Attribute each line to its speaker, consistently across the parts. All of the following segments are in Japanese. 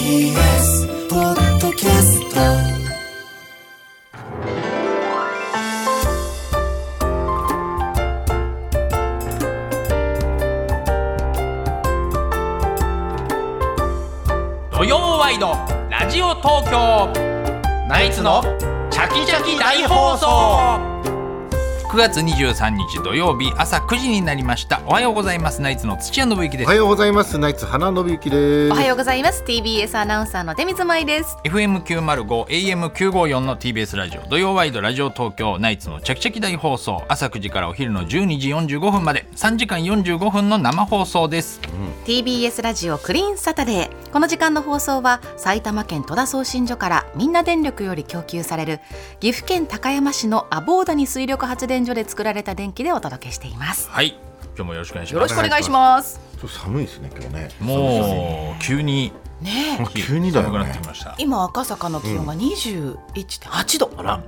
Speaker 1: TBS ポッドキャスト
Speaker 2: 土曜ワイドラジオ東京ナイツのチャキチャキ大放送9月23日土曜日朝9時になりましたおはようございますナイツの土屋信之で
Speaker 3: お
Speaker 2: す、
Speaker 3: はようございます。ナイツ花信之です。
Speaker 4: おはようございます TBS アナウンサーの出水舞です
Speaker 2: FM905 AM954 の TBS ラジオ土曜ワイドラジオ東京ナイツのチャキチャキ大放送朝9時からお昼の12時45分まで3時間45分の生放送です
Speaker 4: TBS ラジオクリーンサタデーこの時間の放送は埼玉県戸田送信所からみんな電力より供給される岐阜県高山市の阿ボーダに水力発電所で作られた電気でお届けしています
Speaker 2: はい今日もよろしくお願いし
Speaker 4: よ
Speaker 2: ま
Speaker 4: ろ
Speaker 2: す
Speaker 4: しくお願いします
Speaker 3: ちょっと寒いですね今日ね。
Speaker 2: もう急に
Speaker 4: ねえ
Speaker 3: あ急にだよ
Speaker 2: 寒くなって
Speaker 3: ね
Speaker 2: き。ました
Speaker 4: 今赤坂の気温が21.8度、あら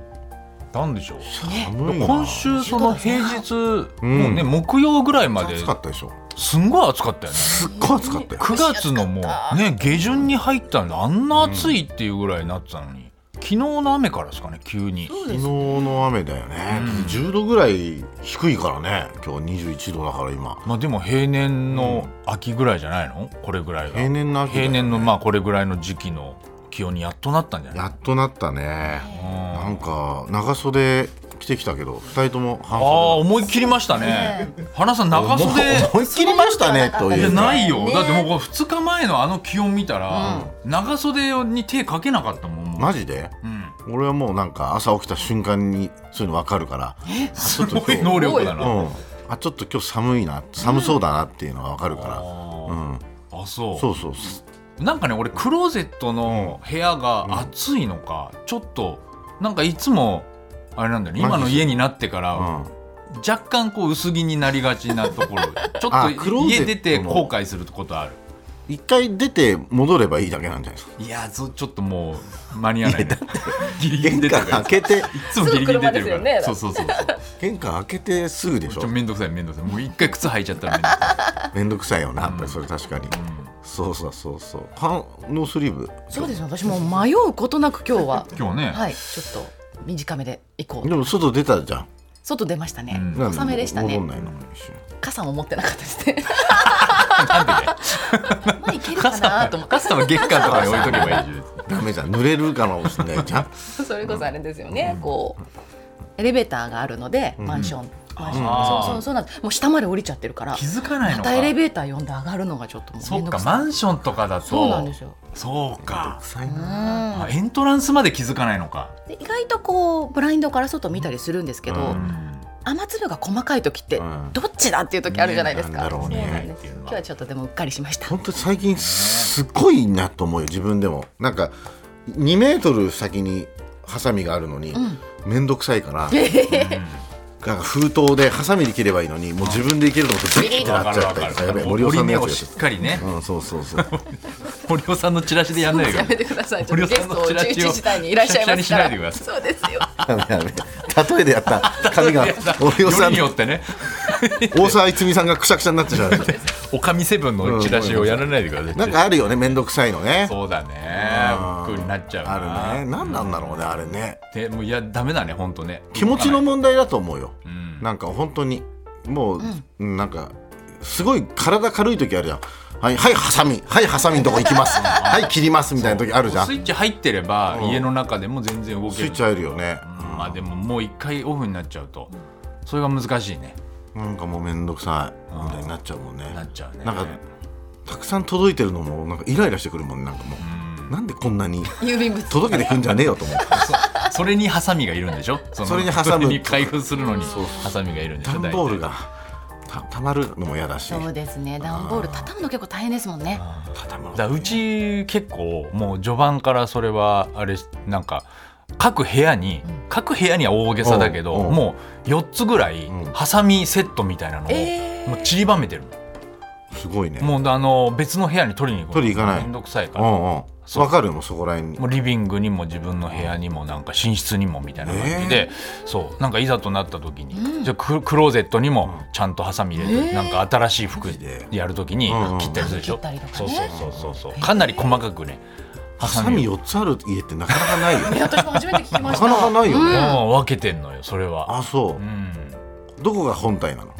Speaker 2: なんでしょう
Speaker 4: ね
Speaker 3: 寒いな。
Speaker 2: 今週その平日、もうね
Speaker 3: うん
Speaker 2: 木曜ぐらいまで
Speaker 3: 暑かったでしょ。
Speaker 2: すんごい暑かったよね
Speaker 3: すっごい暑かったよ。
Speaker 2: 9月のもうね下旬に入ったのにあんな暑いっていうぐらいになってたのに、昨日の雨からですかね急に
Speaker 3: 昨日の雨だよね。10度ぐらい低いからね。今日21度だから今。
Speaker 2: まあでも平年の秋ぐらいじゃないのこれぐらいが
Speaker 3: 平年の秋だよ
Speaker 2: 平
Speaker 3: ね
Speaker 2: 年のまあこれぐらいの時期の気温にやっとなったんじゃない
Speaker 3: やっとなったね。
Speaker 2: あ
Speaker 3: なんか長袖着てきたけど二人とも半
Speaker 2: あー
Speaker 3: 袖。
Speaker 2: 思い切りましたね花さん長袖
Speaker 3: 思い切りましたねと
Speaker 2: じ
Speaker 3: い
Speaker 2: ゃ
Speaker 3: うか。
Speaker 2: ないよ、だってもうこれ2日前のあの気温見たら、長袖に手かけなかったもん、
Speaker 3: マジで。
Speaker 2: うん、
Speaker 3: 俺はもうなんか朝起きた瞬間にそういうの分かるから。
Speaker 2: すごい能力だな、
Speaker 3: うん。あちょっと今日寒いな寒そうだなっていうのが分かるから。うん。
Speaker 2: あそう
Speaker 3: そうそう。
Speaker 2: なんかね俺クローゼットの部屋が暑いのか、ちょっとなんかいつもあれなんだよね今
Speaker 3: マジ
Speaker 2: の家になってか
Speaker 3: う
Speaker 2: ら
Speaker 3: ん。
Speaker 2: 若干こう薄着になりがちなところ ちょ
Speaker 3: あ
Speaker 2: っ
Speaker 3: クロ
Speaker 2: と家
Speaker 3: ーゼットの
Speaker 2: 出て後悔することある
Speaker 3: 一回出て戻ればいいだけなんじゃないです か
Speaker 2: いやそちょっともう間に合わないねギリギリ
Speaker 3: 玄
Speaker 2: 出て
Speaker 3: 関
Speaker 2: るから
Speaker 3: 開
Speaker 2: い
Speaker 3: けて
Speaker 2: つもギリギリ出て
Speaker 4: すぐ車で
Speaker 2: る
Speaker 4: す
Speaker 2: から
Speaker 4: よ、ね
Speaker 2: そうそうそうそう
Speaker 3: 玄関開けてすぐでし
Speaker 2: ちょ
Speaker 3: ょ
Speaker 2: めんどくさいめんどくさいもう一回靴履いちゃったらめんどくさ
Speaker 3: めんどくさいよなやっぱりそれ確かに、そうそうそうそう半ノースリーブ
Speaker 4: そうですね私もう迷うことなく今日はい
Speaker 2: 今日ね、
Speaker 4: はいちょっと短めで行こう
Speaker 3: でも外出たじゃん
Speaker 4: 外出ましたね、
Speaker 2: うん
Speaker 3: なん
Speaker 4: 小雨でしたね
Speaker 3: 戻んないの一瞬
Speaker 4: 傘も持ってなかったですね。なんで、まあ、いけるかなと思って。
Speaker 2: カスタム玄関とかに置いとけばいいじ
Speaker 3: ダメじゃん濡れるかもしれないじゃん
Speaker 4: それこそあれですよね。こうエレベーターがあるので、マンション。マンション。
Speaker 2: あー
Speaker 4: そうそうそうなんです。もう下まで降りちゃってるから。
Speaker 2: 気づかないの
Speaker 4: ま
Speaker 2: か
Speaker 4: たエレベーター呼んで上がるのがちょっともう
Speaker 2: そ
Speaker 4: 面
Speaker 2: っか
Speaker 4: 倒くさい。
Speaker 2: マンションとかだと
Speaker 4: そうなんですよ。
Speaker 2: そうか、
Speaker 3: 臭いな
Speaker 4: うん
Speaker 2: あエントランスまで気づかないのか、
Speaker 4: で意外とこうブラインドから外見たりするんですけど、
Speaker 2: うん
Speaker 4: 雨粒が細かい時って、
Speaker 3: うん
Speaker 4: どっちだっていう時あるじゃないです
Speaker 3: ねな
Speaker 4: か。
Speaker 3: んだろう
Speaker 4: そう
Speaker 3: ね
Speaker 4: なんです。今日はちょっとでもうっかりしました。
Speaker 3: 本当に最近すごいなと思うよ自分でもなんか2メートル先にハサミがあるのに、めんどくさいからなんか封筒でハサミで切ればいいのにもう自分でいけるのとビリって
Speaker 2: わか
Speaker 3: なっち
Speaker 2: る
Speaker 3: ゃ
Speaker 2: わ
Speaker 3: った
Speaker 2: か
Speaker 3: りさ
Speaker 2: る
Speaker 3: やべえ森尾
Speaker 2: 折
Speaker 3: さ
Speaker 2: り
Speaker 3: んの
Speaker 2: 目を
Speaker 3: やつ
Speaker 2: しっかりね
Speaker 3: でうんそうそうそう
Speaker 2: 堀尾さんのチラシでやんない
Speaker 4: や
Speaker 2: よ
Speaker 4: めてください。 ちょっ
Speaker 2: 堀
Speaker 4: と
Speaker 2: 尾
Speaker 4: ゲ
Speaker 2: さん
Speaker 4: ス
Speaker 2: の
Speaker 4: ト
Speaker 2: チラシを
Speaker 4: 11時台にいらっしゃいま
Speaker 2: く
Speaker 4: し
Speaker 2: しゃくしゃにしないで
Speaker 4: た
Speaker 2: くだ
Speaker 4: ら。
Speaker 2: さい
Speaker 4: そうですよ。
Speaker 3: ダメダメ例えでやった髪が 森尾
Speaker 2: よ
Speaker 3: さん
Speaker 2: りによ
Speaker 3: の
Speaker 2: ってね
Speaker 3: 大沢いつみさんがくしゃくしゃになってしまう
Speaker 2: おかみセブンのチラシをやらないでください、
Speaker 3: なんかあるよねめんどくさいのね
Speaker 2: そうだね苦になっちゃうな
Speaker 3: あるね何なんだろうねあれね
Speaker 2: でもういやダメだね本当ね
Speaker 3: 気持ち
Speaker 2: 動
Speaker 3: の
Speaker 2: か
Speaker 3: 問題だと思うよ
Speaker 2: ないうん
Speaker 3: なんか本当にもう、うんなんかすごい体軽い時あるじゃんはいはいハサミはいハサミのとこ行 きますはい切りますみたいな時あるじゃん
Speaker 2: ス
Speaker 3: ス
Speaker 2: イ
Speaker 3: イ
Speaker 2: ッチ入ってれば家の中でも全然動ける
Speaker 3: ッチ入るよね、
Speaker 2: まあでももう一回オフになっちゃうとそれが難しいね
Speaker 3: なんかもうめんどくさいみたいになっちゃうもんね
Speaker 2: なっちゃうね
Speaker 3: なんかたくさん届いてるのもなんかイライラしてくるもんねなんかもうなんでこんなに
Speaker 4: 郵便物。
Speaker 3: 届けてくんじゃねえよと思って
Speaker 2: それにハサミがいるんでしょその
Speaker 3: それにハサム
Speaker 2: それに開封するのにハサミがいるんでしょ
Speaker 3: 段ボールがたたまるのも嫌だし
Speaker 4: そうですね。段ボール畳むの結構大変ですもんね。
Speaker 3: 畳む
Speaker 2: 大
Speaker 3: の
Speaker 2: 体だからうち結構もう序盤からそれはあれなんか各部屋に、各部屋には大げさだけど、
Speaker 3: うんうん
Speaker 2: もう4つぐらい
Speaker 3: うん
Speaker 2: ハサミセットみたいなのを、
Speaker 4: えー
Speaker 2: もう散りばめてるの
Speaker 3: すごいね
Speaker 2: もうあの別の部屋に取りに行くの
Speaker 3: 取り行かない
Speaker 2: めんどくさいか
Speaker 3: うん
Speaker 2: ら、
Speaker 3: うん
Speaker 2: そう
Speaker 3: わかるもんそこらへんに
Speaker 2: もうリビングにも自分の部屋にもなんか寝室にもみたいな感じで、そうなんかいざとなった時に、じゃあククローゼットにもちゃんとハサミ入れて、なんか新しい服やる時に
Speaker 3: うん
Speaker 2: 切ったりするでしょ、
Speaker 4: 切ったりとか
Speaker 2: そ
Speaker 4: ね
Speaker 2: うそうそうそうそうかなり細かくね
Speaker 3: ハサミ4つある家ってなかな かないよね
Speaker 4: 私も初めて聞きま
Speaker 3: な
Speaker 4: した
Speaker 3: かなかないよね、
Speaker 4: うん
Speaker 2: もう分けてんのよそれは
Speaker 3: あそううんどこが本体な の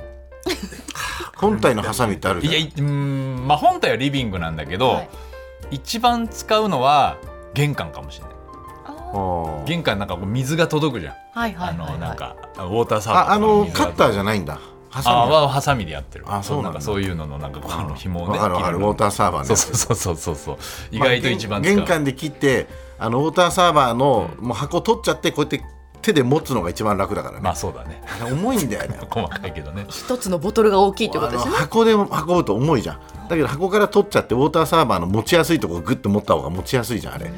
Speaker 3: 本体のハサミってあるじゃ
Speaker 2: い
Speaker 3: ん
Speaker 2: やいうんまあ本体はリビングなんだけど、
Speaker 4: はい
Speaker 2: 一番使うのは玄関かもしれない
Speaker 4: あ
Speaker 3: あー
Speaker 2: 玄関なんかこう水が届くじゃん、
Speaker 4: はいはいはいはい
Speaker 2: あのなんかウォーターサーバー
Speaker 3: ああのカッター
Speaker 2: じ
Speaker 3: じゃないんだハサミ
Speaker 2: あ
Speaker 3: だ
Speaker 2: はハサミでやってる
Speaker 3: あそうなんだ
Speaker 2: かそういうののなんかこうあの紐をね
Speaker 3: わかるわかるウォーターサーバー
Speaker 2: そう
Speaker 3: ね
Speaker 2: そうそうそうそう意外と一番使う、
Speaker 3: 玄関で切ってあのウォーターサーバーのもう箱取っちゃってこうやって手で持つのが一番楽だからね、
Speaker 2: まあそうだね
Speaker 3: 重いんだよね
Speaker 2: 細かいけどね
Speaker 4: 一つのボトルが大きいってことです
Speaker 3: あ
Speaker 4: ね
Speaker 3: の箱で運ぶと重いじゃんだけど箱から取っちゃってウォーターサーバーの持ちやすいところグッと持った方が持ちやすいじゃんあれ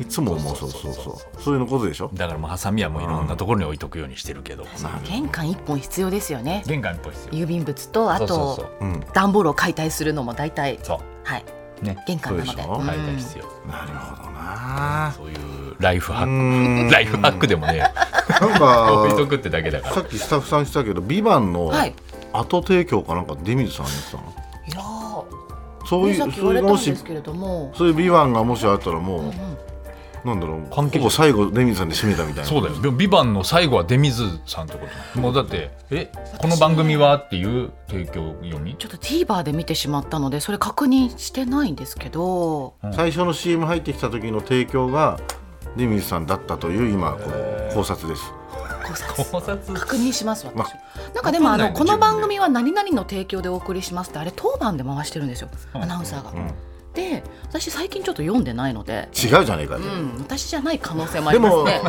Speaker 3: いつも思うそうそうそうそういうのことでしょ
Speaker 2: だからもうハサミはもういろんなところに置いとくようにしてるけど、
Speaker 4: 玄関一本必要ですよね
Speaker 2: 玄関っぽいですよ
Speaker 4: 郵便物とあ
Speaker 2: そうそう
Speaker 4: と
Speaker 2: そう
Speaker 3: うん
Speaker 4: 段ボールを解体するのも大体
Speaker 2: そ
Speaker 4: はいう
Speaker 2: ね
Speaker 4: 玄関なので
Speaker 3: そうでしょ
Speaker 4: うん
Speaker 2: 解体必要、
Speaker 3: なるほどな
Speaker 2: そういうライフハ
Speaker 3: う
Speaker 2: ッ
Speaker 3: ーん
Speaker 2: クライフハックでもね
Speaker 3: なん
Speaker 2: 置いと
Speaker 3: か
Speaker 2: くってだけだから
Speaker 3: さっきスタッフさん言ってたけど「ビバンの
Speaker 4: はい
Speaker 3: 後提供かなんか出水さんやってたの
Speaker 4: いやー
Speaker 3: そういう
Speaker 4: ねさっき言
Speaker 3: そ
Speaker 4: わ
Speaker 3: うい
Speaker 4: れ
Speaker 3: う
Speaker 4: たん
Speaker 3: も
Speaker 4: で
Speaker 3: し
Speaker 4: すけれども
Speaker 3: そういうビバンがもしあったらもう、
Speaker 4: ん
Speaker 3: なんだろう
Speaker 2: 関係者
Speaker 3: ほぼ最後レミさんで締めたみたいな
Speaker 2: そうだよでも「ビバンの最後は出水さんってこともうだって「えこの番組は?」っていう提供読み
Speaker 4: ちょっと TVer で見てしまったのでそれ確認してないんですけど
Speaker 3: 最初の CM 入ってきた時の提供がレミさんだったという今この考察です
Speaker 4: 考察
Speaker 2: 考察
Speaker 4: 確認します私、
Speaker 3: ま
Speaker 4: なんかでも
Speaker 2: わ
Speaker 4: あ
Speaker 2: かんない
Speaker 4: の
Speaker 2: ね自
Speaker 4: この
Speaker 2: 分で
Speaker 4: 番組は何々の提供でお送りしますってあれ当番で回してるんですよアナウンサーが、で私最近ちょっと読んでないので
Speaker 3: 違うじゃねえかよ
Speaker 4: うん私じゃない可能性もあ
Speaker 3: で
Speaker 4: ります
Speaker 3: も
Speaker 4: ね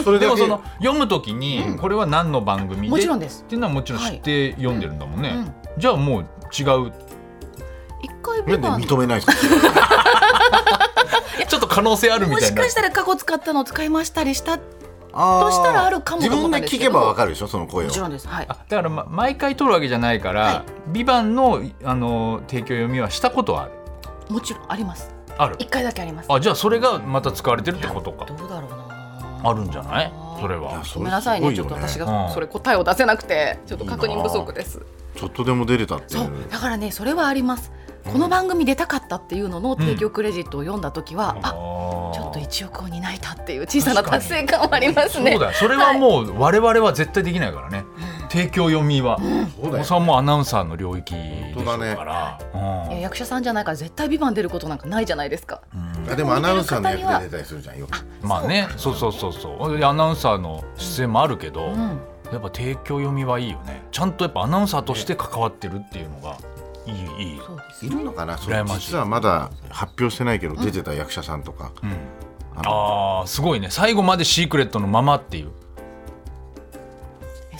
Speaker 3: それ
Speaker 2: で
Speaker 3: だ
Speaker 2: も
Speaker 3: け
Speaker 2: その読むときにこれは何の番組で、
Speaker 4: もちろんです
Speaker 2: っていうのはもちろん知って読んでるんだもんね、
Speaker 4: はいうん
Speaker 2: じゃあもう違う
Speaker 4: 一回ビ
Speaker 3: な
Speaker 4: バ
Speaker 3: ん
Speaker 4: ン
Speaker 3: で認めないんですか
Speaker 2: ちょっと可能性あるみ
Speaker 4: も
Speaker 2: たい
Speaker 4: し
Speaker 2: な
Speaker 4: かしたら過去使ったのを使いましたりしたも
Speaker 3: あー
Speaker 4: としたらあるかも
Speaker 3: 自
Speaker 4: と思
Speaker 3: 分
Speaker 4: っ
Speaker 3: で
Speaker 4: たんですけ
Speaker 3: 聞
Speaker 4: ど
Speaker 3: けばわかるでしょその声を
Speaker 4: ちろんですはい
Speaker 2: あだから、ま、毎回取るわけじゃないから「
Speaker 4: は
Speaker 2: ビバンのあの提供読みはしたことはある
Speaker 4: もちろんあります
Speaker 2: ある
Speaker 4: 一回だけあります
Speaker 2: あじゃあそれがまた使われてるってことか
Speaker 4: どうだろうな
Speaker 2: あるんじゃないそれ
Speaker 3: いや
Speaker 2: は
Speaker 3: それ
Speaker 4: ごめんなさいねち
Speaker 3: す
Speaker 4: ょっ
Speaker 3: ご
Speaker 4: と
Speaker 3: よね
Speaker 4: 私
Speaker 2: う
Speaker 4: が
Speaker 2: ん
Speaker 4: それ答えを出せなくてちょっと確認不足です
Speaker 3: ちょっとでも出れたってい
Speaker 4: そう
Speaker 3: う
Speaker 4: だからねそれはありますこの番組出たかったっていうのの提供クレジットを読んだ時は、あちょっと
Speaker 2: 一
Speaker 4: 一億を担えたっていう小さな達成感はありますね
Speaker 2: そうだよそれはもう我々は絶対できないからね、提供読みは、
Speaker 3: そう
Speaker 2: お
Speaker 3: だ
Speaker 2: 子
Speaker 3: よ
Speaker 2: さんもアナウンサーの領域でしょうから、
Speaker 4: いや
Speaker 2: うん
Speaker 4: 役者さんじゃないから絶対ビバン出ることなんかないじゃないですか
Speaker 3: あでもアナウンサーの役で出たりするじゃんよく
Speaker 2: まあねそうそうそうそうでアナウンサーの出演もあるけど、
Speaker 4: うん
Speaker 2: やっぱ提供読みはいいよねちゃんとやっぱアナウンサーとして関わってるっていうのがいいいい、
Speaker 4: そうです
Speaker 3: いるのかなそ
Speaker 2: 羨
Speaker 3: の
Speaker 2: ましい
Speaker 3: 実はまだ発表してないけど出てた役者さんとか
Speaker 2: うん、
Speaker 3: あの
Speaker 2: あーすごいね最後までシークレットのままっていう
Speaker 4: え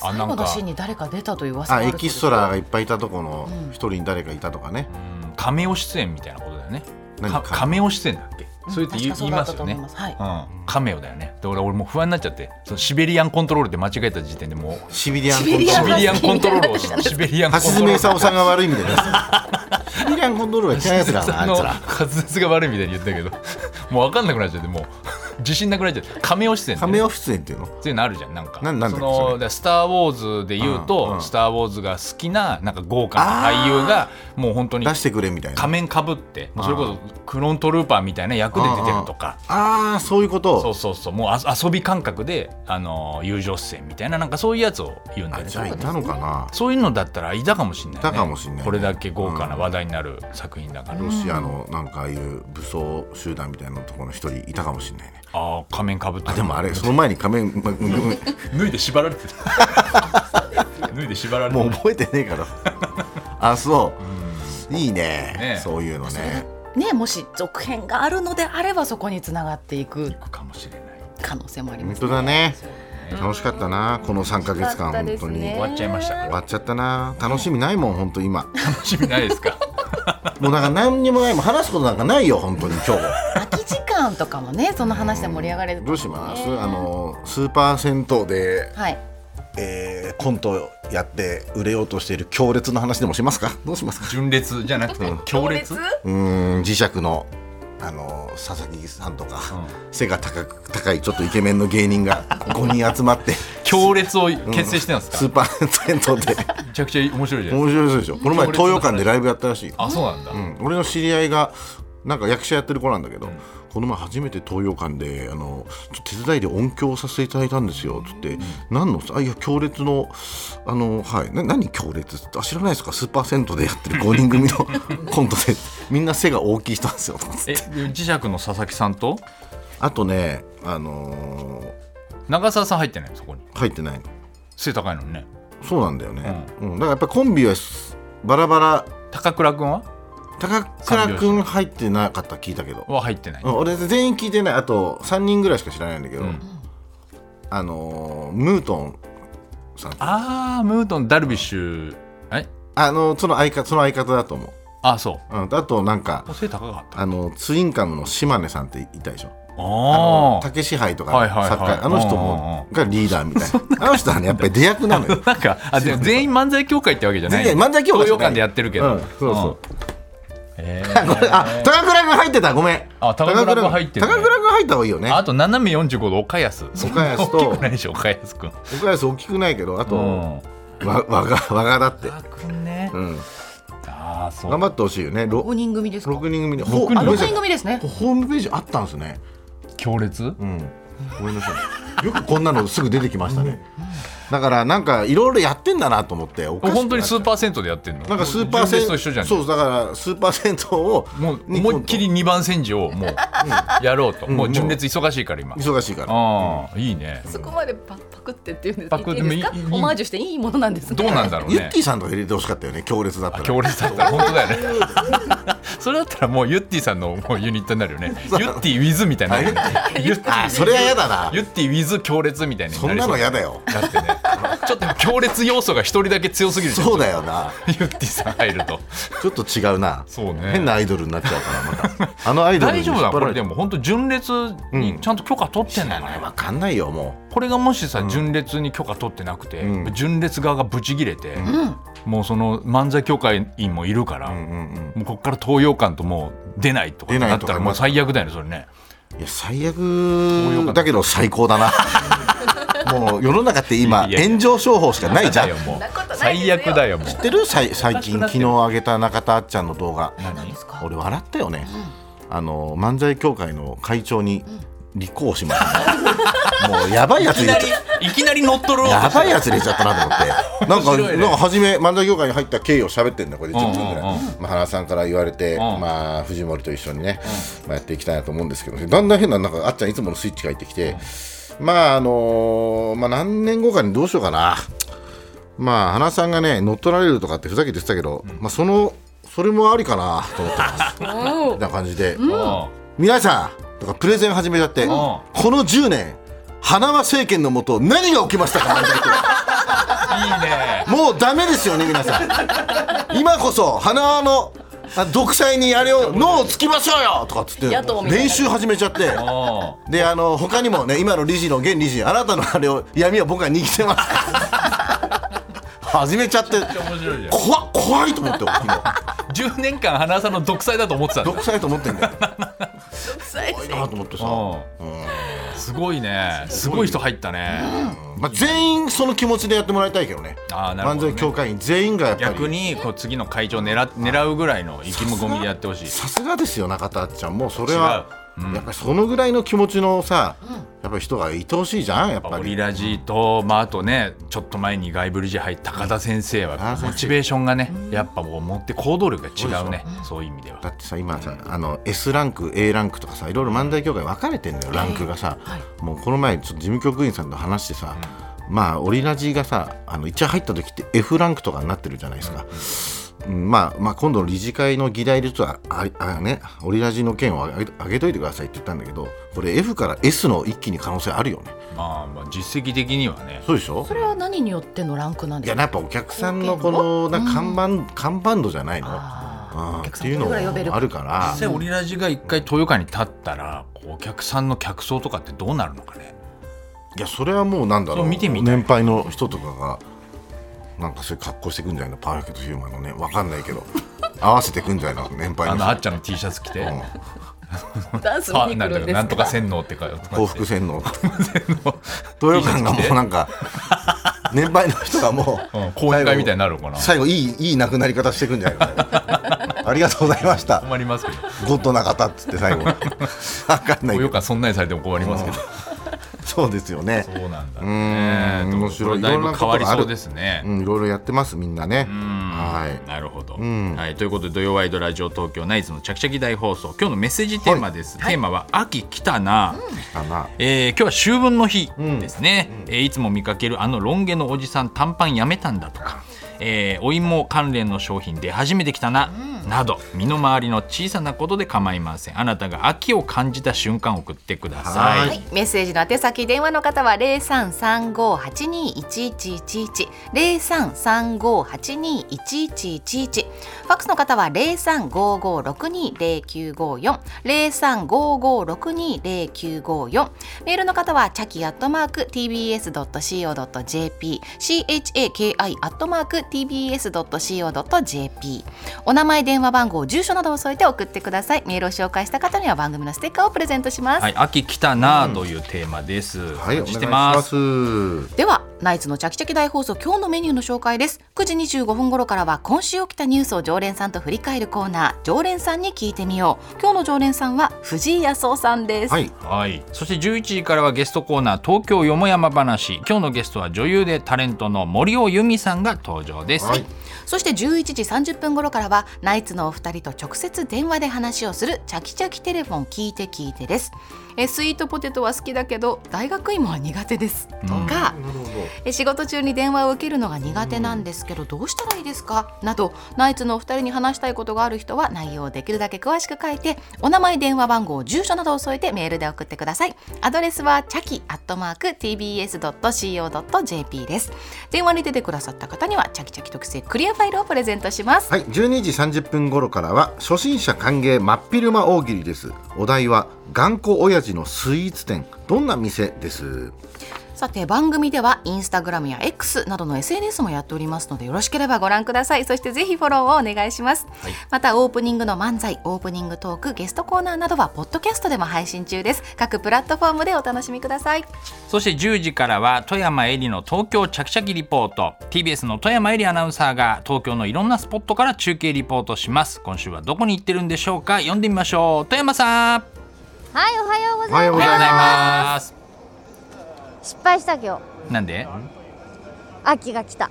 Speaker 2: あ
Speaker 4: 最
Speaker 2: なんか
Speaker 4: 後のシーンに誰か出たという噂が
Speaker 3: あ
Speaker 4: ある
Speaker 3: エ
Speaker 4: そうで
Speaker 3: キ
Speaker 4: す
Speaker 3: ストラがいっぱいいたとこの一人に誰かいたとかね、
Speaker 2: うんカメオ出演みたいなことだよね
Speaker 3: 何
Speaker 2: か
Speaker 3: カメ
Speaker 2: カメオ出演だっけ、
Speaker 4: うん
Speaker 2: そうやって言い
Speaker 4: 確か
Speaker 2: 言い
Speaker 4: だ
Speaker 2: ま
Speaker 4: った
Speaker 2: す
Speaker 4: と
Speaker 2: よ
Speaker 4: 思
Speaker 2: ね
Speaker 4: いますはい
Speaker 2: うん、カメオだよねで俺俺もう不安になっちゃってそのシベリアンコントロールで間違えた時点でもう
Speaker 3: シビリアンコ
Speaker 4: シ
Speaker 3: ン
Speaker 4: ビ
Speaker 3: ト
Speaker 4: リ
Speaker 2: シ
Speaker 4: ア
Speaker 2: ベ
Speaker 3: ロー
Speaker 2: リアンコントロールをシベリアンコ
Speaker 3: ル
Speaker 2: ント
Speaker 3: 橋
Speaker 2: ロー
Speaker 3: 爪
Speaker 2: ル
Speaker 3: 功さんが悪いみたいなシビリアンコントロールは嫌いなやつだなあいつら
Speaker 2: 滑舌が悪いみたいに言ったけど もう分かんなくなっちゃってもう自信なくなっちゃってカメオ出演だ
Speaker 3: カ
Speaker 2: よね
Speaker 3: メオ出演っていうの
Speaker 2: っていうのあるじゃんなんか
Speaker 3: ななんだっけ
Speaker 2: その
Speaker 3: それ
Speaker 2: だからスター・ウォーズ」で言うと「
Speaker 3: うんうん
Speaker 2: スター・ウォーズ」が好きななんか豪華な俳優がもう本当に
Speaker 3: 出してくれみたいな
Speaker 2: 仮面かぶってもうそれこそクロントルーパーみたいな役で出てるとか。
Speaker 3: ああそういうこと
Speaker 2: そうそうそうもうあ遊び感覚で、あのー友情出演みたいななんかそういうやつを言うんだ
Speaker 3: あ
Speaker 2: よね
Speaker 3: じゃあいたのかな、
Speaker 2: そういうのだったらいたかもしれない、ね、
Speaker 3: いたかもしんないね
Speaker 2: これだけ豪華な話題になる作品だから、
Speaker 3: ロシアのなんかああいう武装集団みたいなところの一人いたかもしれないね
Speaker 2: ああ仮面かぶって
Speaker 3: あでもあれその前に 仮面まごめんごめん
Speaker 2: 脱いで縛られてた 脱いで縛られてた
Speaker 3: もう覚えてねえから あそういいね
Speaker 2: ね
Speaker 3: そういうのね
Speaker 4: ねもし続編があるのであればそこに繋がっていく
Speaker 2: 行くかもしれない
Speaker 4: 可能性もあり
Speaker 3: 本
Speaker 4: ます
Speaker 3: 当だね楽しかったなこの3か月間本当に、
Speaker 2: 終わっちゃいましたか
Speaker 3: 終
Speaker 2: ら
Speaker 3: わっちゃったな楽しみないもん本当今
Speaker 2: 楽しみないですか
Speaker 3: もうなんか何にもないもん話すことなんかないよ本当に今
Speaker 4: 空き時間とかもねその話で盛り上がれる
Speaker 3: 日
Speaker 4: と
Speaker 3: どうしますあのスーパー銭湯で、
Speaker 4: はい
Speaker 3: えーコントやって売れようとしている強烈の話でもしますかどうしますか
Speaker 2: 純烈じゃなくて強烈
Speaker 4: 強
Speaker 3: うーん磁石のあの佐々木さんとか、背が高く高いちょっとイケメンの芸人が5人集ま って
Speaker 2: 強烈を結成してますか、
Speaker 3: スーパー銭湯 で
Speaker 2: めちゃくちゃ面白いじゃないです
Speaker 3: 面白いでしょこの前東洋館でライブやったらしいよ
Speaker 2: かあそうなんだ、
Speaker 3: うん、俺の知り合いがなんか役者やってる子なんだけど、この前初めて東洋館であのちょっと手伝いで音響をさせていただいたんですよつって、何のあいや強烈のあのはいな何強烈ってあ知らないですかスーパー銭湯でやってる5人 組のコントでみんな背が大きい人なんですよとか
Speaker 2: え磁石の佐々木さんと
Speaker 3: あとねあの
Speaker 2: 長澤さん入ってないそこに
Speaker 3: ー入ってないの
Speaker 2: 背高いのにね
Speaker 3: そうなんだよね、うんだからやっぱコンビはすバラバラ
Speaker 2: 高倉君は
Speaker 3: 高倉君入ってなかった聞いたけど
Speaker 2: は入ってない、
Speaker 3: うん俺全員聞いてないあと3人ぐらいしか知らないんだけど、
Speaker 2: うん
Speaker 3: あのームートンさんあ
Speaker 2: あームートンダルビッシュえ
Speaker 3: のその相方その相方だと思、
Speaker 2: あそう
Speaker 3: うん、あとなんか
Speaker 2: う背高かった
Speaker 3: あのツインカムの島根さんっていたでしょ
Speaker 2: あ
Speaker 3: あの
Speaker 2: あ
Speaker 3: 竹支配とか
Speaker 2: はいはいはい
Speaker 3: 作家あの人もがリーダーみたい なあの人はねやっぱり出役なのよ
Speaker 2: なんかあでも全員漫才協会ってわけじゃない
Speaker 3: 全然漫才協会
Speaker 2: 東
Speaker 3: じゃ
Speaker 2: 洋
Speaker 3: ない
Speaker 2: 館でやってるけど、
Speaker 3: うんそうそう
Speaker 2: え
Speaker 3: あ高倉君入ってたごめん
Speaker 2: あ高倉君入ってるね
Speaker 3: 高倉君入った方がいいよね
Speaker 2: あと斜め45度岡安
Speaker 3: 岡安と
Speaker 2: 大きくないでしょ岡安君
Speaker 3: 岡安大きくないけどあと、
Speaker 2: うん
Speaker 3: わわがわがだって、
Speaker 2: 岡君ね、
Speaker 3: うん、
Speaker 2: ああそう
Speaker 3: 頑張ってほしいよねろ
Speaker 4: 五人組ですか
Speaker 3: 6人組で
Speaker 2: 六人
Speaker 3: あごめん
Speaker 4: 六
Speaker 3: なさい
Speaker 4: 人組ですね
Speaker 3: ホームページあったんですね。
Speaker 2: 強烈
Speaker 3: うん。ごめんなさい。よくこんなのすぐ出てきましたね。だからなんかいろいろやってんだなと思って。おかしくなっちゃう
Speaker 2: 本当にスーパー銭湯でやってんの
Speaker 3: なんかスーパー
Speaker 2: 純
Speaker 3: 銭
Speaker 2: 烈と一緒じゃん
Speaker 3: そうだからスーパー銭湯を
Speaker 2: もう思いっきり
Speaker 3: に
Speaker 2: 2番煎じをもうやろうと、
Speaker 3: ん
Speaker 2: もう純烈忙しいから今、
Speaker 3: 今度忙しいから。
Speaker 2: ああいいね
Speaker 4: そこまでパパクってっていうんです
Speaker 2: パクって
Speaker 4: いいんですか
Speaker 2: いいいい
Speaker 4: オマージュしていいものなんですね
Speaker 2: どうなんだろう
Speaker 3: ユッ
Speaker 2: ね
Speaker 3: ティさんとか入れてほしかったよね。強烈だった
Speaker 2: あ
Speaker 3: ら。
Speaker 2: 強烈だったら本当だよね それだったらもうユッティさんのもうユニットになるよねユッティウィズみたいな
Speaker 3: あ
Speaker 2: ユ
Speaker 3: ユ
Speaker 2: ッ
Speaker 3: ッ
Speaker 2: テ
Speaker 3: テ
Speaker 2: ィユッテ
Speaker 3: あそれは嫌だな。
Speaker 2: ィウィズ強烈みたいになり
Speaker 3: そんなの
Speaker 2: や
Speaker 3: 嫌だよ。
Speaker 2: だってねちょっと強烈要素が一人だけ強すぎるじゃん
Speaker 3: そうだよな。
Speaker 2: ユッティさん入ると
Speaker 3: ちょっと違うな。
Speaker 2: そうね
Speaker 3: 変なアイドルになっちゃうからまた。あのアイドル
Speaker 2: 大
Speaker 3: に引
Speaker 2: 丈
Speaker 3: っ
Speaker 2: 夫だ
Speaker 3: 張
Speaker 2: こ
Speaker 3: ら
Speaker 2: れ
Speaker 3: て
Speaker 2: でも本当純烈にちゃんと許可取ってんだよね、
Speaker 3: わかんないよも
Speaker 2: これがもしさ、純烈に許可取ってなくて、
Speaker 3: うん
Speaker 2: 純烈側がブチギレて、もうその漫才協会員もいるから、
Speaker 3: う。うんうんうん。
Speaker 2: もうここから東洋館ともう出ないとか
Speaker 3: 出ない
Speaker 2: なっ
Speaker 3: と
Speaker 2: た
Speaker 3: から
Speaker 2: もう最悪だよねそれね
Speaker 3: いや最
Speaker 2: よかった
Speaker 3: 悪だけど最高 だなもう世の中って今
Speaker 2: いやいや
Speaker 3: 炎上商法しかないじゃん
Speaker 2: だよ
Speaker 3: 知
Speaker 2: もう
Speaker 4: なことないです
Speaker 2: 最
Speaker 4: よ
Speaker 2: 悪だよもう
Speaker 3: ってる最最近
Speaker 2: おか
Speaker 3: 昨
Speaker 2: しく
Speaker 3: 日
Speaker 2: な
Speaker 3: 上げた中田あっちゃんの動画
Speaker 4: なんですか
Speaker 3: 俺笑ったよね、あの漫才協会の会長に立候補しま した、もうやばいやつ入れちゃっ
Speaker 2: いきなり乗っとろうと
Speaker 3: たや
Speaker 2: して
Speaker 3: ばいやつ入れちゃったな と思ってなん
Speaker 2: 面白
Speaker 3: か,、
Speaker 2: いね
Speaker 3: なんか初め漫才協会に入った経緯を喋ってんだこれ10分ぐらい、
Speaker 2: うんうん
Speaker 3: まあ、原さんから言われて、
Speaker 2: ん
Speaker 3: まあ、藤森と一緒にね、まあ、やっていきたいなと思うんですけどだんだん変ななんかあっちゃんいつものスイッチが入ってきて、まああのーまあ、何年後かにどうしようかなまあ原さんがね乗っ取られるとかってふざけて言ってたけど、まあ、そのそれもありかなと思ってます み
Speaker 4: お
Speaker 3: たいな感じで、
Speaker 2: うん
Speaker 3: 皆さんとかプレゼン始めちゃって、
Speaker 2: ん
Speaker 3: この10年花輪政権のもと何が起きましたか漫才協会
Speaker 2: いいね
Speaker 3: もうダメですよね皆さん今こそ花輪のあ独裁にあれを脳をつきましょうよとかっつって
Speaker 4: 野党みたいな
Speaker 3: 練習始めちゃって
Speaker 2: う
Speaker 3: であの他にもね今の理事の現理事あなたのあれを闇は僕は握ってます始めちゃって
Speaker 2: ん面白いじゃん
Speaker 3: 怖っ怖いと思って昨日
Speaker 2: 10年間花さんの独裁だと思ってたんだ
Speaker 3: 独裁と思ってんだよ
Speaker 4: 最
Speaker 3: 怖いなと思ってさ、
Speaker 2: うんすごいねすごい人入ったね、
Speaker 3: まあ、全員その気持ちでやってもらいたいけどね
Speaker 2: あーなるほ
Speaker 3: 漫
Speaker 2: どね
Speaker 3: 才協会員全員がやっぱり
Speaker 2: 逆にこう次の会長狙っ狙うぐらいの意気も込みでやってほしい
Speaker 3: さすがですよ中田あっちゃんもうそれは、やっぱりそのぐらいの気持ちのさ、やっぱり人がいてほしいじゃんやっぱ
Speaker 2: オリ
Speaker 3: り
Speaker 2: ラジと、まあ、あとねちょっと前に外部理事入った高田先生
Speaker 3: 高
Speaker 2: は
Speaker 3: 田先生
Speaker 2: モチベーションがねやっぱもう持って行動力が違うねそういう意味では
Speaker 3: だってさ今さあの S ランク A ランクとかさいろいろ漫才協会分かれてんだよランクがさ、もうこの前ちょっと事務局員さんと話してさ、まあオリラジがさあの一応入った時って F ランクとかになってるじゃないですか、うんまあまあ、今度の理事会の議題でちょっとあああ、ね、オリラジの件をあげあげといてくださいって言ったんだけどこれ F から S の一気に可能性あるよね
Speaker 2: まあまあ実績的にはね
Speaker 3: そうでしょ
Speaker 4: それは何によってのランクなん
Speaker 3: い
Speaker 4: で
Speaker 3: や
Speaker 4: す
Speaker 3: やっ
Speaker 4: か
Speaker 3: ぱお客さんのこのなんか看板、看板度じゃないの
Speaker 4: あー
Speaker 3: うん
Speaker 4: お客
Speaker 3: っ
Speaker 4: さ
Speaker 3: て
Speaker 4: ん
Speaker 3: いうの
Speaker 4: どれぐらい呼べる
Speaker 3: も
Speaker 4: か
Speaker 3: あるから
Speaker 2: 実際オリラジが一回豊川に立ったらこうお客さんの客層とかってどうなるのかね
Speaker 3: いやそれはもうなんだろ
Speaker 2: そう
Speaker 3: う
Speaker 2: 見てみたい
Speaker 3: 年配の人とかがなんかそういう格好してくんじゃないのパーフェクトヒューマンのねわかんない けど合わせてくんじゃないの年配
Speaker 2: あ
Speaker 3: の
Speaker 2: のあっ
Speaker 3: 人
Speaker 2: ちゃんの T シャツ着て
Speaker 3: うん
Speaker 4: ダンス見
Speaker 2: あ
Speaker 4: に
Speaker 2: な
Speaker 4: 来
Speaker 2: んだか
Speaker 4: るんで
Speaker 2: な
Speaker 4: す
Speaker 2: んと
Speaker 4: か
Speaker 2: か洗脳ってかとか
Speaker 3: 幸福洗脳東洋館がもうなんか年配の人がもう
Speaker 2: うん講演会みたいになるのかな
Speaker 3: 最後いいいいなくなり方してくんじゃないのありがとうございました
Speaker 2: 困りますけど
Speaker 3: ゴッドな方っつって最後わかんない
Speaker 2: お
Speaker 3: け
Speaker 2: よ
Speaker 3: ど
Speaker 2: かそんなにされても困りますけど
Speaker 3: そうですよね
Speaker 2: そうなんだ
Speaker 3: ね
Speaker 2: ね
Speaker 3: うん
Speaker 2: 面白
Speaker 3: 面白
Speaker 2: い
Speaker 3: い
Speaker 2: だいぶ変わり
Speaker 3: いろんなことがある
Speaker 2: そうですね
Speaker 3: うんいろいろやってますみんなねはい
Speaker 2: なるほど、
Speaker 3: ん
Speaker 2: はい、ということで「土曜ワイドラジオ東京ナイツのちゃきちゃき大放送」今日のメッセージテーマです、テーマは「秋来たな」
Speaker 3: かな
Speaker 2: えー今日は秋分の日ですね、えーいつも見かけるあのロン毛のおじさん短パンやめたんだとか、えーお芋関連の商品出始めてきたな、など身の回りの小さなことで構いませんあなたが秋を感じた瞬間を送ってください
Speaker 3: は
Speaker 4: はい、メッセージの宛先電話の方は零三三五八二一一一一零三三五八二一一一一ファックスの方は零三五五六二零九五四零三五五六二零九五四メールの方はチャキアットマーク tbs ドット co ドット jp c h a k i アットマーク tbs ドット co ドット jp お名前電話番号住所などを添えて送ってくださいメールを紹介した方には番組のステッカーをプレゼントします
Speaker 2: はい、秋来たなあというテーマです。
Speaker 3: はい
Speaker 2: お待
Speaker 3: お願い
Speaker 2: ちし
Speaker 3: して
Speaker 2: ま。
Speaker 3: ますす
Speaker 4: ではナイツのチャキチャキ大放送今日のメニューの紹介です9時25分頃からは今週起きたニュースを常連さんと振り返るコーナー常連さんに聞いてみよう今日の常連さんは藤井康夫さんです、
Speaker 3: はい
Speaker 2: はい、そして11時からはゲストコーナー東京よもやま話今日のゲストは女優でタレントの森尾由美さんが登場です、
Speaker 3: はい
Speaker 4: そして11時30分頃からはナイツのお二人と直接電話で話をするチャキチャキテレフォン聞いて聞いてですえスイートポテトは好きだけど大学芋は苦手ですと
Speaker 3: な
Speaker 4: か、
Speaker 3: るほど
Speaker 4: え仕事中に電話を受けるのが苦手なんですけどどうしたらいいですかなどナイツのお二人に話したいことがある人は内容をできるだけ詳しく書いてお名前電話番号住所などを添えてメールで送ってくださいアドレスはチャキアットマーク tbs.co.jp です電話に出てくださった方にはチャキチャキ特製クリアファイルをプレゼントします
Speaker 3: はい、12時30分頃からは初心者歓迎真っ昼間大喜利です。お題は頑固親父のスイーツ店どんな店です。
Speaker 4: さて番組ではインスタグラムや X などの SNS もやっておりますのでよろしければご覧くださいそしてぜひフォローをお願いします、またオープニングの漫才オープニングトークゲストコーナーなどはポッドキャストでも配信中です各プラットフォームでお楽しみください
Speaker 2: そして10時からは富山えりの東京ちゃきちゃきリポート TBS の富山えりアナウンサーが東京のいろんなスポットから中継リポートします今週はどこに行ってるんでしょうか読んでみましょう富山さん
Speaker 5: はい、おはよ
Speaker 3: お
Speaker 5: うご
Speaker 3: は
Speaker 5: ざい
Speaker 3: よ
Speaker 2: おはよう
Speaker 3: うござい
Speaker 5: ま
Speaker 2: ござい
Speaker 3: ま
Speaker 2: ます
Speaker 5: す。失敗した今日。
Speaker 2: なんで
Speaker 5: 秋が来た。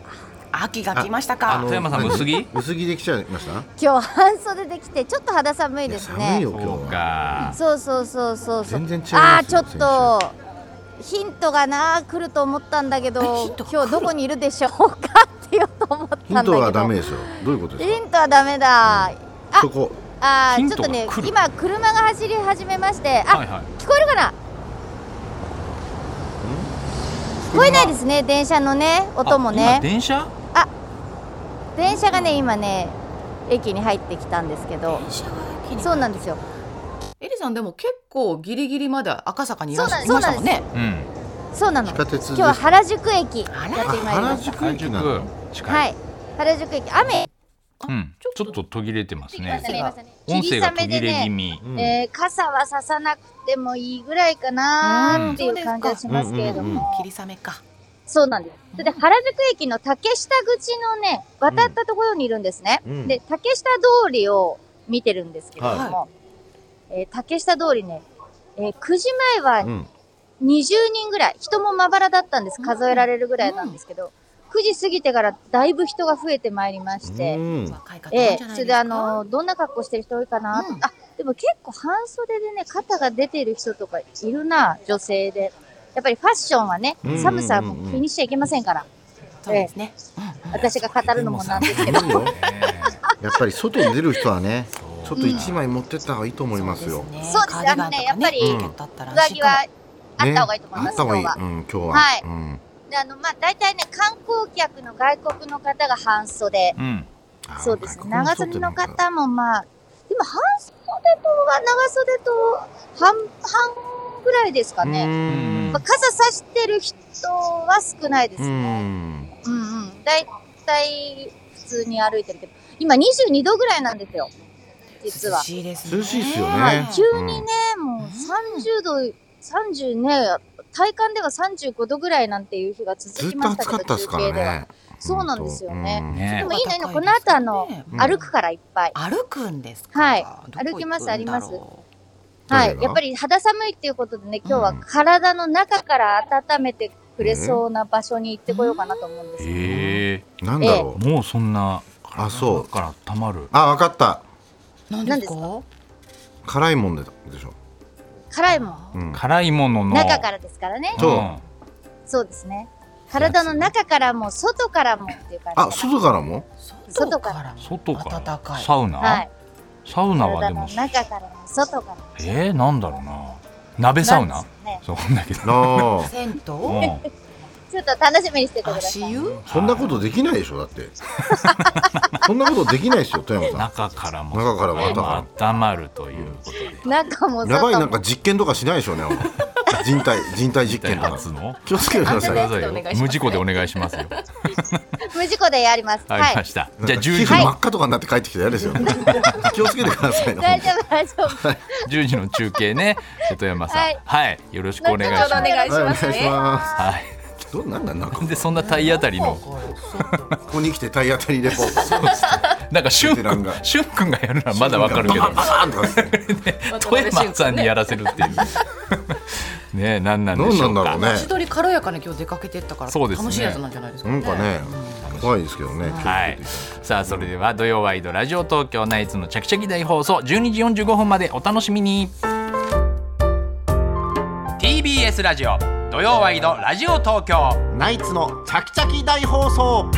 Speaker 4: 秋が来ました
Speaker 3: す。
Speaker 4: か
Speaker 2: 富山さんも薄着
Speaker 3: 何薄着できちゃいました。
Speaker 5: 今日半袖で来て、ちょっと肌寒いです
Speaker 3: 寒い
Speaker 5: ね。
Speaker 3: よ今日
Speaker 2: そう
Speaker 3: は。
Speaker 2: か
Speaker 5: そうそうそうそうそう。
Speaker 3: 全然違いますよ
Speaker 5: ああ、ちょっと。ヒントがな来ると思ったんだけ
Speaker 4: ヒン
Speaker 5: ど
Speaker 4: トが来る
Speaker 5: 今日どこにいるでしょうかって言おうと思ったんだけ
Speaker 3: ヒ
Speaker 5: ど
Speaker 3: ントはダメですよ。どういうことです
Speaker 5: ヒントはダメだ、
Speaker 3: か。そこ。
Speaker 5: あ
Speaker 2: ヒ
Speaker 5: ー
Speaker 2: ン
Speaker 5: ちょ
Speaker 2: ト
Speaker 5: っ
Speaker 2: が
Speaker 5: とね
Speaker 2: 来る
Speaker 5: 今車が走り始めましてあ、
Speaker 2: はいはい
Speaker 5: 聞こえるかな聞こえないですね電車のね音も
Speaker 2: あ
Speaker 5: ね
Speaker 2: 今電車
Speaker 5: 電車がね今ね駅に入ってきたんですけどそうなんですよ
Speaker 4: エリさんでも結構ギリギリまで赤坂にいらっしゃい
Speaker 5: そ
Speaker 4: ま
Speaker 5: うな
Speaker 4: し
Speaker 5: ん
Speaker 4: たもんね
Speaker 2: うん
Speaker 5: そうなの
Speaker 3: 地下鉄です
Speaker 5: 今日は原宿駅
Speaker 4: あ
Speaker 5: や
Speaker 4: ら
Speaker 5: ってまいりま
Speaker 3: 原
Speaker 5: した
Speaker 3: 宿駅なの。
Speaker 2: 近い、
Speaker 5: はい原宿駅雨
Speaker 2: うん、ちょっと途切れてますね
Speaker 4: すね
Speaker 2: 音声が途切れ気
Speaker 5: 霧雨でね
Speaker 2: 味、
Speaker 3: うん
Speaker 5: えー傘はささなくてもいいぐらいかなーっていう感じはしますけれど
Speaker 3: うんうんうん
Speaker 5: も
Speaker 4: 霧雨か
Speaker 5: そうなんですそれで原宿駅の竹下口のね渡ったところにいるんですね、
Speaker 3: うん
Speaker 5: で竹下通りを見てるんですけれども、えー竹下通りね、えー9時前は
Speaker 3: うん。
Speaker 5: 20人ぐらい、人もまばらだったんです。数えられるぐらいなんですけど、9時過ぎてからだいぶ人が増えてまいりまして、
Speaker 3: うん。
Speaker 4: 若い方
Speaker 5: え
Speaker 4: 多い
Speaker 5: え
Speaker 4: んじゃない
Speaker 5: それ
Speaker 4: です
Speaker 5: で
Speaker 4: か
Speaker 5: あの、どんな格好してる人多いかな、
Speaker 4: うん
Speaker 5: あ、でも結構半袖でね、肩が出てる人とかいるな、女性で。やっぱりファッションはね
Speaker 3: うんうんう、ん
Speaker 5: 寒さも気にしちゃいけませんから、
Speaker 4: そうですね
Speaker 5: 私が語るのもなんですけど。
Speaker 3: いいよやっぱり外に出る人はね、ちょっと一枚持ってった方がいいと思いますよ。
Speaker 4: そうで
Speaker 5: そうです
Speaker 4: カーディガン
Speaker 5: ね
Speaker 4: とかね
Speaker 5: あのねやっぱり
Speaker 4: ジャケットあったら
Speaker 5: 上着はあ
Speaker 3: ね
Speaker 5: った方がいいと思いま
Speaker 3: あっ
Speaker 5: す、
Speaker 3: た方がいい。
Speaker 5: 今日
Speaker 3: う
Speaker 5: は。
Speaker 3: ん今日は。
Speaker 5: はい
Speaker 3: うん。
Speaker 5: で、あの、まあ、大体ね、観光客の外国の方が半袖。
Speaker 2: うん、
Speaker 3: あー
Speaker 5: そうですね。
Speaker 3: 外国
Speaker 5: 長
Speaker 3: 人
Speaker 5: 袖
Speaker 3: ってな
Speaker 5: の
Speaker 3: んか
Speaker 5: 方もまあ、でも半袖とは長袖と半、半ぐらいですか
Speaker 3: う
Speaker 5: ね。
Speaker 3: ん
Speaker 5: まあ、傘差してる人は少ないです
Speaker 3: う
Speaker 5: ね。
Speaker 3: ん。
Speaker 5: うんうん。だいたい普通に歩いてるけど、今22度ぐらいなんですよ。実は
Speaker 4: 涼。しいですね
Speaker 3: 涼しいですよ
Speaker 5: はい
Speaker 3: ね。
Speaker 5: 急にね、もう30度、30ね、体感では35度ぐらいなんていう日が
Speaker 3: ず
Speaker 5: 続
Speaker 3: っ
Speaker 5: き
Speaker 3: と
Speaker 5: ました
Speaker 3: 暑
Speaker 5: け
Speaker 3: か
Speaker 5: ど、
Speaker 3: ったですから
Speaker 5: 中継では
Speaker 3: ね。
Speaker 5: そうなんですよね。
Speaker 3: うん
Speaker 5: で
Speaker 2: ね
Speaker 5: もいいね、この後あの、
Speaker 3: うん
Speaker 5: 歩くからいっぱい。
Speaker 4: 歩くんですか。
Speaker 5: はい
Speaker 4: どこ行くんだろう
Speaker 5: 歩きますあります
Speaker 3: ど
Speaker 5: は
Speaker 3: れ
Speaker 5: い。
Speaker 3: が
Speaker 5: やっぱり肌寒いっていうことでね、今日は
Speaker 2: うん
Speaker 5: 体の中から温めてくれそうな場所に行ってこようかなと思うんですよ。
Speaker 2: え
Speaker 3: なんだろう、
Speaker 2: もうそんな
Speaker 3: あそう
Speaker 2: 体の中からたまる
Speaker 3: あわかった
Speaker 4: 何ですか。
Speaker 3: 辛いもんででしょ、
Speaker 5: 辛いもん。
Speaker 3: うん、
Speaker 2: 辛いものの
Speaker 5: 中からですからね。
Speaker 3: そう
Speaker 5: そうですね。体の中からも、外からもっていう感じ。
Speaker 3: あ外からも
Speaker 4: 外から
Speaker 2: うん。外から
Speaker 4: 暖かい。
Speaker 2: サウナ、
Speaker 5: はい。
Speaker 2: サウナは
Speaker 5: 体
Speaker 2: で
Speaker 5: の
Speaker 2: も
Speaker 5: 中からも、外からも。
Speaker 2: えー、なんだろうな鍋サウ
Speaker 5: な
Speaker 2: ナ
Speaker 5: んです
Speaker 2: そう
Speaker 5: よね
Speaker 2: なんだけど
Speaker 3: ああ
Speaker 2: う
Speaker 4: 銭
Speaker 2: ん
Speaker 4: 湯。
Speaker 5: ちょっと楽しみにしててくださ
Speaker 4: 足
Speaker 5: い。
Speaker 4: 湯。
Speaker 3: そんなことできないでしょだって そんなことできないですよ富山さ
Speaker 2: 中からも
Speaker 3: 中からも
Speaker 2: まあ温まるということで
Speaker 5: 中も
Speaker 3: んやばい
Speaker 5: 外
Speaker 3: なん
Speaker 5: も。
Speaker 3: か実験とかしないでしょうね人体人体実験とか
Speaker 2: 初 の
Speaker 3: 気をつけてください
Speaker 4: 安
Speaker 3: よ
Speaker 4: 全でお願いしますね
Speaker 2: 無事故でお願いしますよ。
Speaker 5: 無事故でやります。
Speaker 2: わか
Speaker 5: は
Speaker 2: りま
Speaker 5: い。
Speaker 2: した。
Speaker 3: なん
Speaker 2: じゃあ
Speaker 3: か皮
Speaker 2: 10時
Speaker 3: 膚
Speaker 2: の、
Speaker 3: 真っ赤とかになって帰ってきたら嫌 ですよね気をつけてくださいね
Speaker 5: 大丈夫、大丈夫。
Speaker 2: 10時の中継ね、瀬戸山さん、は
Speaker 5: はいい、
Speaker 2: よろしくお願いします。
Speaker 5: 後ほどね
Speaker 3: はいお願いしま
Speaker 2: はい。
Speaker 3: すどうなんなんなんか
Speaker 2: なんでそんな体当たりの、
Speaker 3: ここに来て体当たりレポ
Speaker 2: なんかしゅん
Speaker 3: ベ
Speaker 2: く
Speaker 3: テラン
Speaker 2: ん、
Speaker 3: が
Speaker 2: しゅんくんがやるのは まだわかるけど
Speaker 3: バ、ーンとかですね
Speaker 2: 富山さんにやらせるっていう。 ねえ、なんなんで
Speaker 3: 何
Speaker 2: し
Speaker 3: な
Speaker 2: ょうん
Speaker 3: だ
Speaker 2: か。
Speaker 3: ろうね
Speaker 4: 足取り軽やかに今日出かけてったから。
Speaker 2: そうですね
Speaker 4: 楽しいやつなんじゃないですか。
Speaker 3: なんかね。怖いですけどね
Speaker 2: はい、さあそれでは土曜ワイドラジオ東京ナイツのチャキチャキ大放送12時45分までお楽しみに TBS ラジオ土曜ワイドラジオ東京
Speaker 3: ナイツのチャキチャキ大放送